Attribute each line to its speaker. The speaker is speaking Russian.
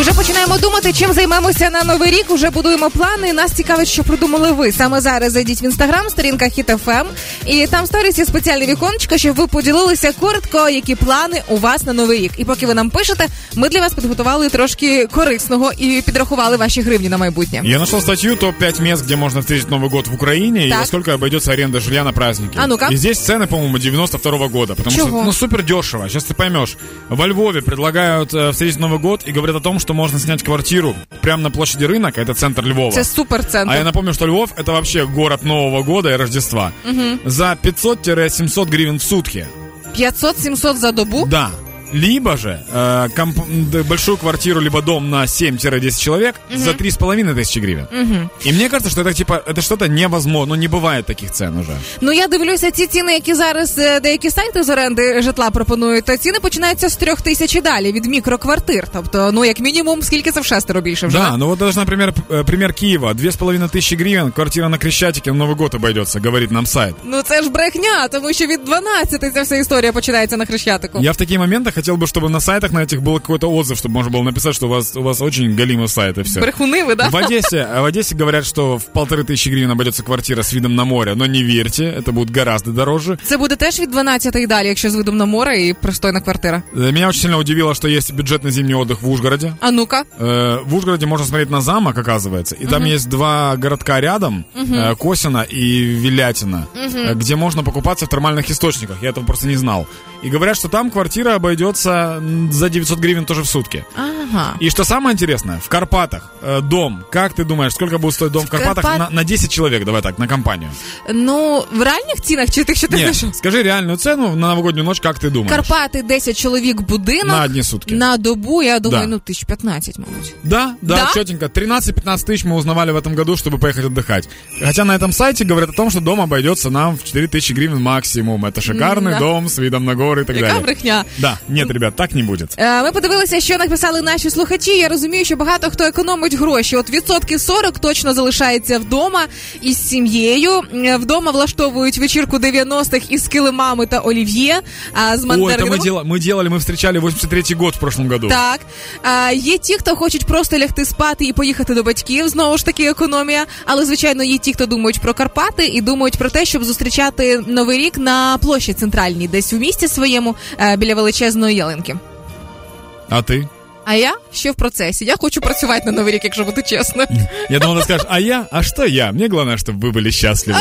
Speaker 1: Уже починаємо думати, чим займемося на новий рік. Уже будуємо плани. Нас цікавить, що придумали ви. Саме зараз зайдіть в інстаграм, сторінка HitFM, і там в сторіс є спеціальне віконечко, щоб ви поділилися коротко, які плани у вас на новий рік. І поки ви нам пишете, ми для вас підготували трошки корисного і підрахували ваші гривні на майбутнє.
Speaker 2: Я нашел статью топ-5 мест, где можно встретить Новый год в Украине и
Speaker 1: Так.
Speaker 2: во сколько обойдется аренда жилья на праздники.
Speaker 1: А ну-ка.
Speaker 2: И здесь цены, по-моему, 92 года. Потому
Speaker 1: Чего?
Speaker 2: что, ну, супер дешево. Сейчас ты поймешь. Во Львове предлагают э, встретить Новый год и говорят о том, что можно снять квартиру прямо на площади рынок, а это центр Львова.
Speaker 1: Це супер
Speaker 2: А я
Speaker 1: центр.
Speaker 2: напомню, что Львов это вообще город Нового года и Рождества. За 500-700 гривен в сутки.
Speaker 1: 500-700 за добу.
Speaker 2: Да. Либо же э, комп- д- большую квартиру, либо дом на 7-10 человек за 3,5 тысячи гривен. И мне кажется, что это типа это что-то невозможно. Ну, не бывает таких цен уже.
Speaker 1: Ну я дивлюся ці ціни, які зараз е, деякі сайти з оренди житла пропонують. То ціни починаються з трьох тисяч і далі від мікроквартир. Тобто, ну як мінімум, скільки це в шестеро більше вже.
Speaker 2: Да, ну вот даже, например, п- э, пример Киева. 2500 гривен, квартира на Крещатике на Новый год обойдется, говорит нам сайт.
Speaker 1: Ну це ж брехня, тому що від 12 ця вся історія починається на хрещатику.
Speaker 2: Я в такие моменты хотел бы, чтобы на сайтах на этих был какой-то отзыв, чтобы можно было написать, что у вас, у вас очень галимый сайт и все.
Speaker 1: Брехуни ви, да?
Speaker 2: В Одессе, э, в Одессе говорят, что в полторы тысячи гривен обойдется квартира с видом на море, но не верьте, это будет гораздо дороже.
Speaker 1: Це буде теж від 12 і далі, якщо з видом на море і пристойна квартира.
Speaker 2: Э, Меня очень сильно удивило, что есть бюджетный зимний отдых в Ужгороде.
Speaker 1: А ну-ка,
Speaker 2: Э, В Ужгороде можно смотреть на замок, оказывается, и там есть два городка рядом, э, Косина и Вилятина, э, где можно покупаться в термальных источниках. Я этого просто не знал. И говорят, что там квартира обойдется м, за 900 гривен тоже в сутки.
Speaker 1: ага.
Speaker 2: И что самое интересное, в Карпатах э, дом. Как ты думаешь, сколько будет стоить дом в, Карпатах
Speaker 1: Карпат-
Speaker 2: на, на 10 человек, давай так, на компанию?
Speaker 1: Ну в реальних цінах чи тих, що ти
Speaker 2: Нет,
Speaker 1: знайшов?
Speaker 2: скажи реальную цену на новогоднюю ночь, как ты думаешь?
Speaker 1: Карпати 10 чоловік будинок
Speaker 2: На одні сутки.
Speaker 1: на добу. Я думаю,
Speaker 2: Да.
Speaker 1: ну тисяч 15, мабуть.
Speaker 2: Да, да,
Speaker 1: Да?
Speaker 2: четенько. 13-15 тысяч мы узнавали в этом году, чтобы поехать отдыхать. Хотя на этом сайте говорят о том, что дом обойдется нам в 4 тысячи гривен максимум. Это шикарный
Speaker 1: М-да.
Speaker 2: дом с видом на горы и так
Speaker 1: Яка
Speaker 2: далее.
Speaker 1: брехня?
Speaker 2: Да, нет, ребят, так не будет.
Speaker 1: Е, Ми подивилися, що написали наші слухачі. Я розумію, що багато хто економить гроші. От відсотки 40 точно залишається вдома із сім'єю. Е, Вдома влаштовують вечірку 90-х із килимами та олів'є а з
Speaker 2: О, это мы,
Speaker 1: мандарином.
Speaker 2: дела- мы делали, мы встречали 83-й год в прошлом году.
Speaker 1: Так Е, є ті, хто хочуть просто лягти спати і поїхати до батьків. Знову ж таки, економія. Але звичайно, є ті, хто думають про Карпати і думають про те, щоб зустрічати новий рік на площі центральній, десь у місті своєму е, біля величезної ялинки.
Speaker 2: А ты?
Speaker 1: А я ще в процесі. Я хочу працювати на новий рік, якщо бути чесно.
Speaker 2: Я думал, ты скажешь, а я? А что я? Мне главное, чтобы вы были счастливы.